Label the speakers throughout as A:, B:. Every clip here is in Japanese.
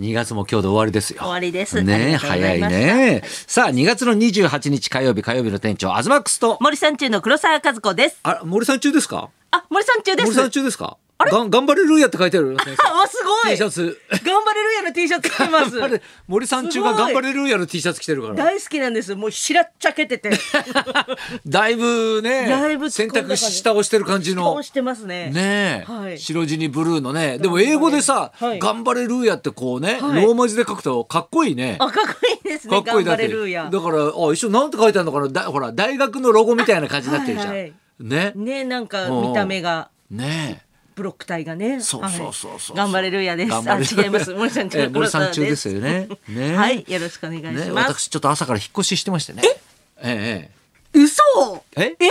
A: 2月も今日で終わりですよ。
B: 終わりです
A: ねえ、
B: ありがとうご
A: 早
B: ざい
A: い
B: ました
A: ね。さあ、2月の28日火曜日、火曜日の店長、アズマックスと、
B: 森さん中の黒沢和子です。
A: あ、森さん中ですか
B: あ、森さん中です。
A: 森さん中ですかがん頑張れるやって書いてある。先生
B: あ、すご
A: T
B: い。
A: シャ
B: 頑
A: ツ。
B: 張れるやの T シャツ着て ます。
A: あれ森さん中が
B: すご
A: 頑
B: い
A: 張れるやの T シャツ着てるから。
B: 大好きなんです。もうしらっちゃけ てて。
A: だいぶね、
B: だいぶ突
A: 選
B: っ込んだ感
A: 択
B: じ
A: 肢下をしてる感じの
B: 倒。してますね。
A: ねえ、
B: はい
A: 白地にブルーのねでも英語でさ「
B: はい
A: 頑張れルーヤ」ってこうね、
B: はい
A: ローマ字で書くとかっこいいね。
B: あ、かっこいいです
A: か
B: ね。
A: っこいい
B: 頑
A: だ
B: 張
A: って
B: れるや
A: だ。からあ一緒なんて書いてあるのかなだほら大学のロゴみたいな感じになってるじゃん。
B: あはいはい
A: ね
B: ね、なんか
A: うんうん
B: 見た目が。
A: ねえ。
B: ブロック体がね。
A: そうそうそうそう。
B: はい頑張れるやです。
A: 頑
B: あ、
A: 張れルーヤ
B: 違います。森さん 中
A: え
B: の黒
A: 森さ
B: 沢
A: ん中ですよね。ね
B: はい、よろしくお願いします。
A: ね私ちょっと朝から引っ越ししてましてね。ええ
B: 嘘。
A: ええ。
B: え、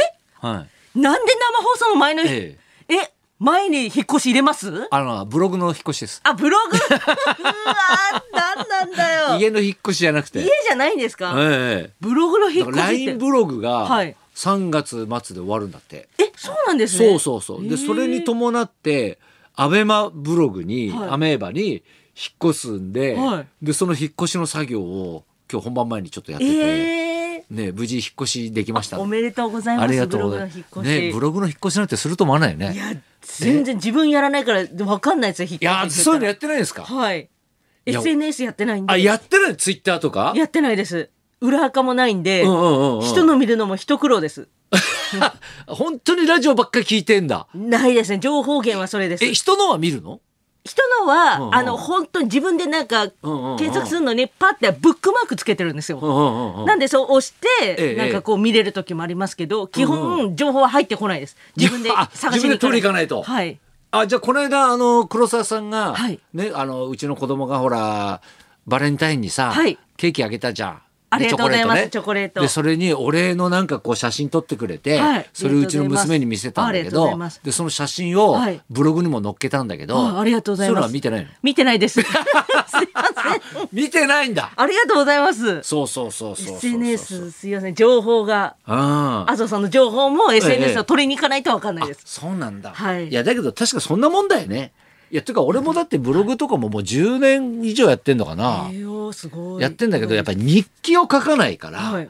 A: はい。
B: なんで生放送の前の日。
A: え
B: え、前に引っ越し入れます。
A: あのブログの引っ越しです。
B: あ、ブログ。う わー、なんなんだよ。
A: 家の引っ越しじゃなくて。
B: 家じゃないんですか、
A: ええ。
B: ブログの引
A: だ
B: っ
A: か
B: 越
A: ら
B: し
A: LINE
B: って
A: ブログが
B: はい
A: 3月末で終わるんだって。
B: えそうなんですね
A: そうそうそう。で、それに伴って、アベマブログに、
B: はい
A: アメーバに引っ越すんで、
B: は
A: で、その引っ越しの作業を今日本番前にちょっとやってて、
B: え
A: ね、無事引っ越しできました。
B: ー、おめでとうございます
A: ありがとうご
B: ブ
A: ざ
B: ロ
A: います
B: グの引っ。越し、
A: ね、ブログの引っ越しなんてすると思わないよね。
B: い
A: いや、
B: や全然自分やらないからわかんないですよ引っ越ししてた
A: そういうの
B: ら
A: やってないんですか
B: はい
A: いや
B: SNS やってないんで
A: あ、やってないツイッターとか
B: やってないです裏垢もないんで、
A: うんうんうんうん。
B: 人の見るのも一苦労です
A: 本当にラジオばっかり聞いてんだ。
B: ないですね情報源はそれです
A: え、人のは見るの
B: 人のは、
A: うんうん
B: あの本当に自分でなんか
A: うんうん
B: 検索するのにパッてブックマークつけてるんですよ、
A: うんうんうん。
B: なんでそう押し
A: え
B: て、
A: え
B: なんかこう見れる時もありますけど、基本情報は入ってこないです。自分で
A: あ
B: 探しに
A: 自分で取り行かないと
B: はい。
A: あじゃあこの間あの黒沢さんが、
B: はい
A: ねあのうちの子供がほらバレンタインにさ、
B: はい
A: ケーキあげたじゃん。
B: ありがとうございます
A: で
B: チョコレート
A: でそれにお礼のなんかこう写真撮ってくれて、
B: はい
A: それをうちの娘に見せたんだ
B: あり
A: け
B: がとうござい
A: ど
B: ます
A: でその写真を
B: はい
A: ブログにも載っけたんだけど、
B: あありがとうござい
A: そ
B: ます
A: ういうのは見てないの
B: 見てな いです。すいません。
A: 見てないんだ
B: ありがとうございます。
A: そうそうそうそうそうそう
B: SNS すいません情報が
A: ああ
B: 麻生さんの情報も
A: ええ
B: SNS を取りに行かないとわかんないです。
A: そうなんだ、
B: はい
A: やだけど確かそんなもんだよねいやてか俺もだってブログとかももう10年以上やってんのかな、
B: ええおーすごい。
A: やってんだけどやっぱ
B: り。
A: り日記を書かないから、
B: はい。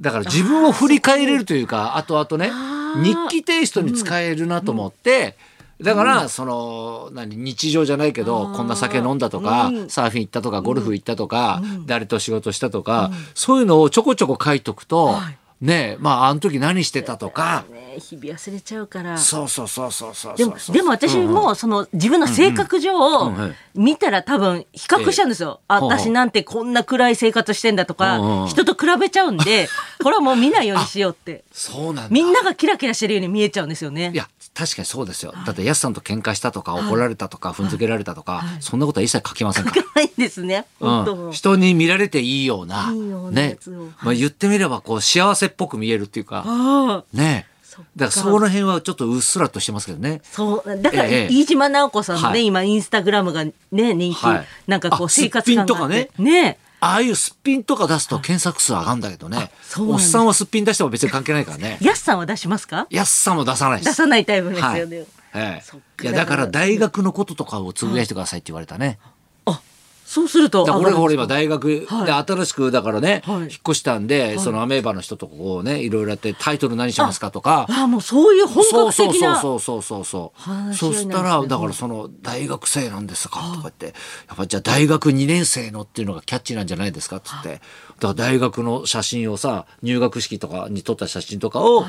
A: だから自分を振り返れるというか後々ね
B: あー
A: 日記テイストに使えるなと思って、だからその何日常じゃないけど
B: あー
A: こんな酒飲んだとか、
B: うん
A: サーフィン行ったとかゴルフ行ったとか、誰と仕事したとか、そういうのをちょこちょこ書いとくと、
B: はい
A: ねまああの時何してたとか、
B: ね日々忘れちゃうから。
A: そうそうそうそうそう
B: でも
A: そうそう
B: でも私もその自分の性格上
A: うんうん
B: 見たら多分比較しちゃうんですよ。あ
A: ほうほう
B: 私なんてこんな暗い生活してんだと
A: うんうん
B: か人と比べちゃうんで これはもう見ないようにしようって
A: そうなんだ
B: みんながキラキラしてるように見えちゃうんですよね
A: い。や確かにそうですよ、だってやすさんと喧嘩したとか怒られたとか踏んづけられたとか、そんなことは一切書きませんから
B: いかないんですね。本当。
A: うん、人に見られていいようない
B: いようなや
A: ね
B: つをはい
A: まあ、言ってみればこう幸せっぽく見えるっていうか、
B: ああ
A: ね
B: そっか
A: だからそこら辺はちょっとうっすらとしてますけどね。
B: そうだから
A: ええ
B: 飯島直子さんもね、
A: はい
B: 今インスタグラムがね人気、
A: はい
B: なんかこ
A: あ
B: う生活感があっ
A: すってぴん
B: ね
A: ああいうすっぴんとか出すと検索数上がるんだけどね
B: そうなん
A: おっ
B: だ
A: さんはすっぴん出しても別に関係ないからね
B: やすさんは出しますか
A: やすさも出さないで
B: 出
A: す。
B: さないタイプですよね。
A: はいえ
B: そっ
A: え、
B: か
A: いやだから大学のこととかをつぶやいてくださいって言われたね。
B: あそうすると
A: だから
B: 上が
A: 俺
B: る
A: が
B: ん
A: 俺
B: ですか
A: 今大学で
B: はい
A: 新しくだからね、
B: はい
A: 引っ越したんで、そのアメーバの人とこうねいろいろやってタイトル何しますかとか
B: あもうそういう本格的な
A: そうそうそうそうそうそう
B: 話し合
A: そ
B: いなんですね
A: したらだからその大学生なんですかとか言ってやっぱじゃあ大学2年生のっていうのがキャッチーなんじゃないですかっつってだから大学の写真をさ入学式とかに撮った写真とかを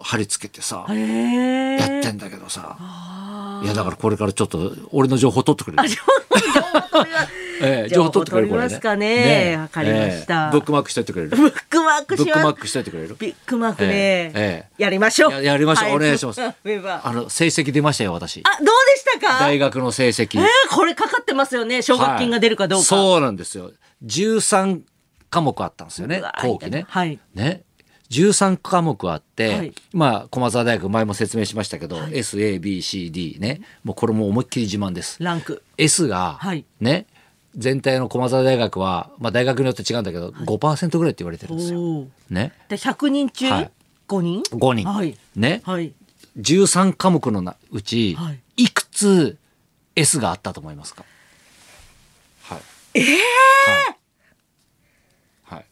A: 貼り付けてさ
B: へえ
A: やってんだけどさいやだからこれからちょっと俺の情報取ってくれる ええ情報取ってくれるこれね
B: 情報取りますかねわかりました
A: ええブックマークしてってくれる
B: ブックマーク
A: ブ
B: し
A: ックマー
B: ま
A: クしてってくれる
B: ビッグマーク
A: え
B: ね、
A: ええ
B: やりましょう
A: ややりましょうお願いし ます
B: はメンバー
A: あの成績出ましたよ私
B: あどうでしたか
A: 大学の成績
B: えーこれかかってますよね奨学金が出るかどうか、
A: はいそうなんですよ13科目あったんですよね
B: うわ
A: 後期ね,、
B: はい
A: ね13科目あって、
B: はい
A: まあ駒澤大学前も説明しましたけど、SABCD ねもうこれも思いっきり自慢です
B: ランク
A: S が、
B: はい
A: ね全体の駒澤大学は、まあ、大学によって違うんだけど、5%ぐらいって言われてる
B: お
A: んですよ。
B: ー
A: ね、
B: で100人中
A: はい
B: 5人、
A: 5人、
B: はい
A: ね、
B: はい
A: 13科目のなうち、
B: はい
A: いくつ S があったと思いますか、はい
B: ええ
A: はいはい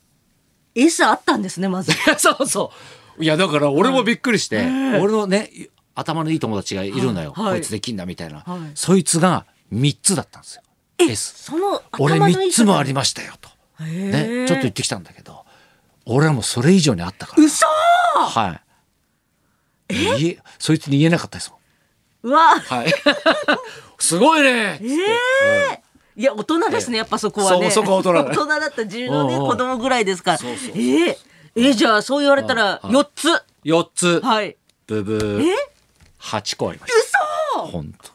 B: ー、餌あったんですねまず。
A: いや そうそういやだから俺もびっくりして、俺のね頭のいい友達がいるのよ、
B: はいはい
A: こいつできんだみたいな、
B: はい
A: そいつが3つだったんですよ S
B: その
A: 俺
B: 頭のいい
A: 3つもありましたよと、
B: ま
A: ね、ちょっと行ってきたんだけど俺はもうそれ以上にあったから
B: 嘘
A: はい言えそいつに言えなかったですもん
B: うわ
A: はいすごいね
B: ええいや大人ですねやっぱそこはね
A: そうそこは大人だ
B: 大人だった自分のね
A: うんうん
B: 子供ぐらいですから
A: そうそうそう
B: えええじゃあそう言われたら
A: うんうん
B: 4つ
A: 4つ、
B: はい
A: ブブー
B: え
A: 8個ありました本当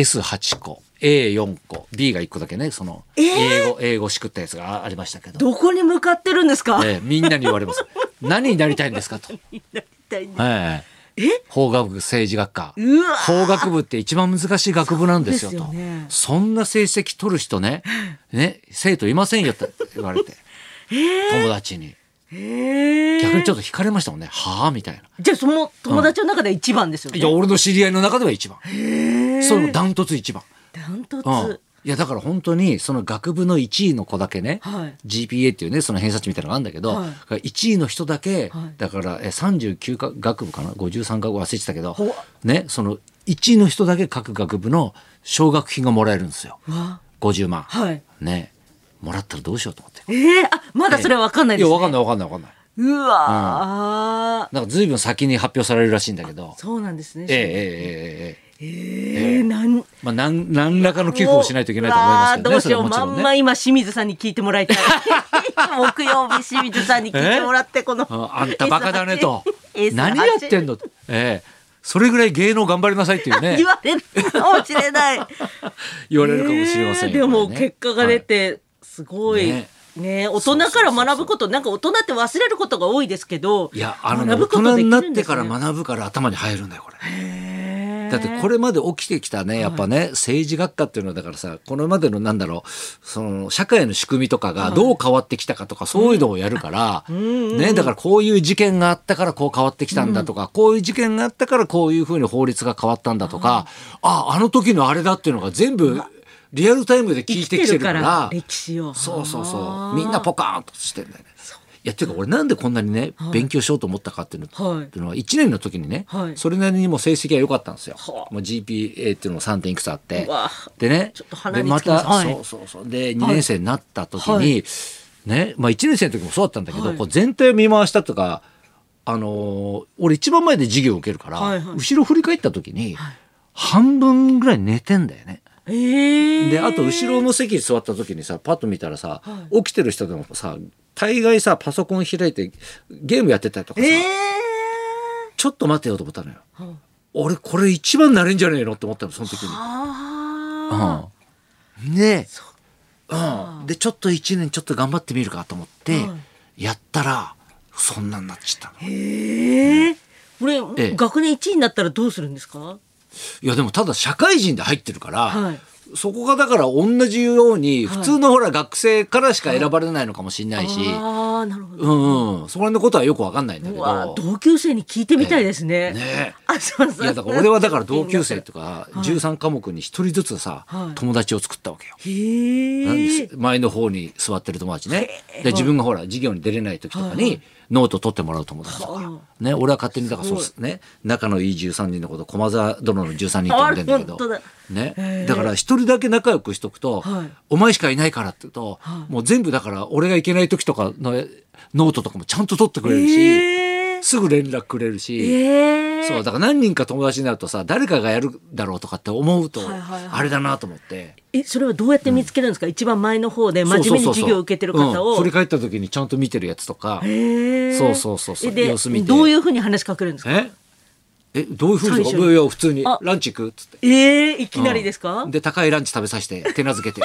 A: S8 個 A4 個 B が1個だけねその
B: えー
A: 英語、英語しくったやつがありましたけど、
B: どこに向かってるんですか、
A: えーみんなに言われます何になりたいんですかと、
B: なりたいね
A: えー法学部政治学科
B: うわ
A: 法学部って一番難しい学部なんですよと
B: そうですよね
A: そんな成績取る人 ねね生徒いませんよって言われて、友達に
B: ええ
A: 逆にちょっと惹かれましたもんねはあみたいな。
B: じゃあその友達の中では一番ですよね、
A: いや俺の知り合いの中では一番それもダントツ一番
B: ダントツ、
A: うん、いやだから本当にその学部の1位の子だけね、
B: はい
A: GPA っていうねその偏差値みたいなのがあるんだけど、
B: はい
A: 1位の人だけ、
B: はい
A: だからえ39か学部かな53学部忘れてたけど
B: ほわ、
A: ね、その1位の人だけ各学部の奨学金がもらえるんですよ
B: わ
A: 50万、
B: はい
A: ねもらったらどうしようと思って。
B: ええあまだそれは分かんないです、ね
A: いや分かんない分かんない分かんないう
B: わー、
A: なんか随分先に発表されるらしいんだけど
B: そうなんですね
A: ええええええええ
B: ええなん
A: まあ、なん何らかの寄付をしないといけないと思いますけど
B: うわ
A: ね、
B: ーどうしよう、
A: それ
B: ま
A: はもちろん
B: ん
A: ね。
B: ま今清水さんに聞いてもらいたい。木曜日清水さんに聞いてもらって、この
A: ああんたバカだねと
B: S8
A: 何やってんのと、ええ、それぐらい芸能頑張りなさいっていうね
B: 言われるかもしれない。
A: 言われるかもしれません
B: え
A: よ
B: ーでも
A: これね
B: 結果が出て、すごい。
A: ね
B: ね大人から学ぶことなんか大人って忘れることが多いですけど
A: はいいやあのね大
B: 学ぶこと
A: 人
B: で
A: に
B: き
A: な
B: る
A: っ
B: ん
A: て
B: ですね
A: から学ぶから頭に入るんだよこれ。
B: へー
A: だってこれまで起きてきたねやっぱね、政治学科っていうのはだからさこれまでのなんだろうその社会の仕組みとかがどう変わってきたかとか、そういうのをやるから、ね、だからこういう事件があったからこう変わってきたんだとか、こういう事件があったからこういうふうに法律が変わったんだとか、ああの時のあれだっていうのが全部リアルタイムで聞いてきてるから
B: 歴史を
A: そうそう
B: あ
A: そう
B: ー
A: みんなポカーンとしてんだよね。いやっていうか俺なんでこんなにね、勉強しようと思ったかっていうの,、
B: はい
A: っていうのは1年の時にね、
B: はい
A: それなりにもう成績が良かったんですよ。
B: はあ
A: もう GPA っていうのも 3. 点いくつあって
B: うわ
A: でね
B: ちょっと鼻に
A: でま
B: つきま
A: た、
B: すはい
A: そうそうそうで2年生になった時に、
B: はい
A: ねまあ、1年生の時もそうだったんだけど、
B: はい
A: こう全体を見回したとか、あのー俺一番前で授業を受けるから、
B: はいはい
A: 後ろ振り返った時に、半分ぐらい寝てんだよね。
B: えー
A: であと後ろの席に座った時にさパッと見たらさ、起きてる人でもさ大概さパソコン開いてゲームやってたりとかさ、
B: えー
A: ちょっと待てよと思ったのよ、
B: ん
A: 俺これ一番なれんじゃねえのって思ったのその時に。
B: あ
A: うん、でうん、でちょっと1年ちょっと頑張ってみるかと思って、やったらそんなんなっちゃったの
B: ーえーこれ、
A: ええ
B: 学年1位になったらどうするんですか
A: いやでもただ社会人で入ってるから、
B: はい
A: そこがだから同じように普通のほら学生からしか選ばれないのかもしれないし、
B: ああなるほど、
A: うんうん、そこら辺のことはよくわかんないんだけ
B: うわ
A: ど。
B: 同級生に聞いてみたいですね。
A: ね
B: あそうそ
A: いうやだから俺はだから同級生
B: へ
A: とか13科目に一人ずつさ、
B: はい
A: 友達を作ったわけよ。なんで
B: え
A: す前の方に座ってる友達ね。で自分がほら授業に出れない時とかにノート取ってもらう友達と
B: は
A: か。ね、俺は勝手にだからそうですね仲のいい13人のこと駒沢殿の13人と呼んでんだけど
B: あ本当だ
A: ね、だから一人だけ仲良くしとくと、
B: はい
A: お前しかいないからって言うと、もう全部だから俺がいけない時とかのノートとかもちゃんと取ってくれるし。
B: え
A: すぐ連絡くれるし、
B: ええ
A: そうだから何人か友達になるとさ誰かがやるだろうとかって思うと
B: はいはいはい
A: あれだなと思って、
B: えそれはどうやって見つけるんですか、一番前の方で真面目に授業を受けてる
A: そう
B: 方
A: そうそううん
B: を。
A: 振り返った時にちゃんと見てるやつとか
B: へえ
A: そうそうそうそう
B: えで
A: 様子見て
B: どういうふうに話しかけるんですか
A: ええどういうふうにい
B: 最初に
A: やいや普通に
B: あ
A: ランチ行くっつって。
B: ええいきなりですか、
A: うんで高いランチ食べさせて手な ずけて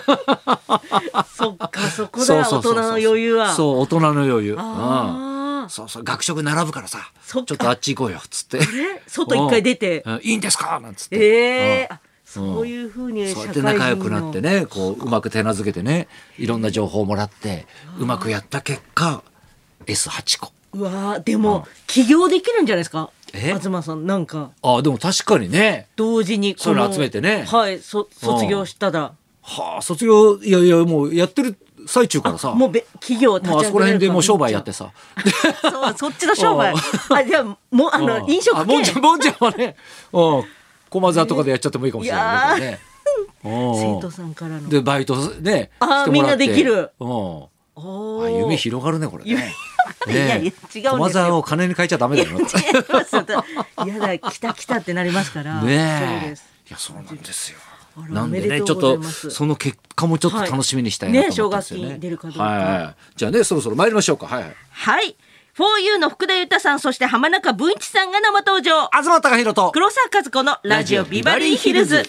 B: そっかそこだ大人の余裕は。う
A: そう大人の余裕
B: あー
A: うん、そうそう学食並ぶからさち
B: そ
A: ょ
B: っ
A: っ
B: か
A: とあっち行こうよっつって
B: え外一回出て
A: うんうんいいんですかなんつって
B: ええ
A: うん
B: あそういうふうに
A: そうや
B: 社
A: って
B: 会人
A: 仲良くなってねこううまく手なずけてねいろんな情報をもらってうまくやった結果 S8 個
B: の。うわあでも起業できるんじゃないですか
A: え
B: 東さんなんか。
A: ああでも確かにね
B: 同時にこ
A: そういうの集めてね
B: はいそ卒業したら
A: はあ卒業いやいやもうやってる最中からさ
B: もうべ企業立ち上げる
A: もうあそこら辺でもう商売やってさ
B: そうそっちの商
A: う
B: 売
A: ん
B: あじゃあもうあ
A: う
B: の
A: ん
B: 飲
A: あも
B: 食系
A: んじゃもんじゃはねうん駒沢とかでやっちゃってもいいかもしれないねこれねうん
B: 生徒さんからの
A: でバイトねしてもらっ
B: あー
A: て
B: みんなできる
A: うん
B: お
A: あ
B: ー
A: 夢広がるねこれね
B: いやいや違うん
A: ね
B: ですよ
A: 駒沢を金に変えちゃダメだよ ね
B: 違いますよやだ来た来たってなりますからそう
A: え
B: です
A: いやそうなんですよ
B: あら
A: なんで
B: おめ
A: ね
B: で
A: ちょ
B: とう
A: っ
B: ござい
A: と
B: ます
A: その結果もちょっと楽しみにしたいなと思ってますよね,、
B: はいね奨学金出るかどうか
A: はいじゃあねそろそろ参りましょうかはいはい
B: はい 4U の福田裕太さんそして浜中文一さんが生登場
A: 東隆弘と
B: 黒沢和子のラジオビバリーヒルズ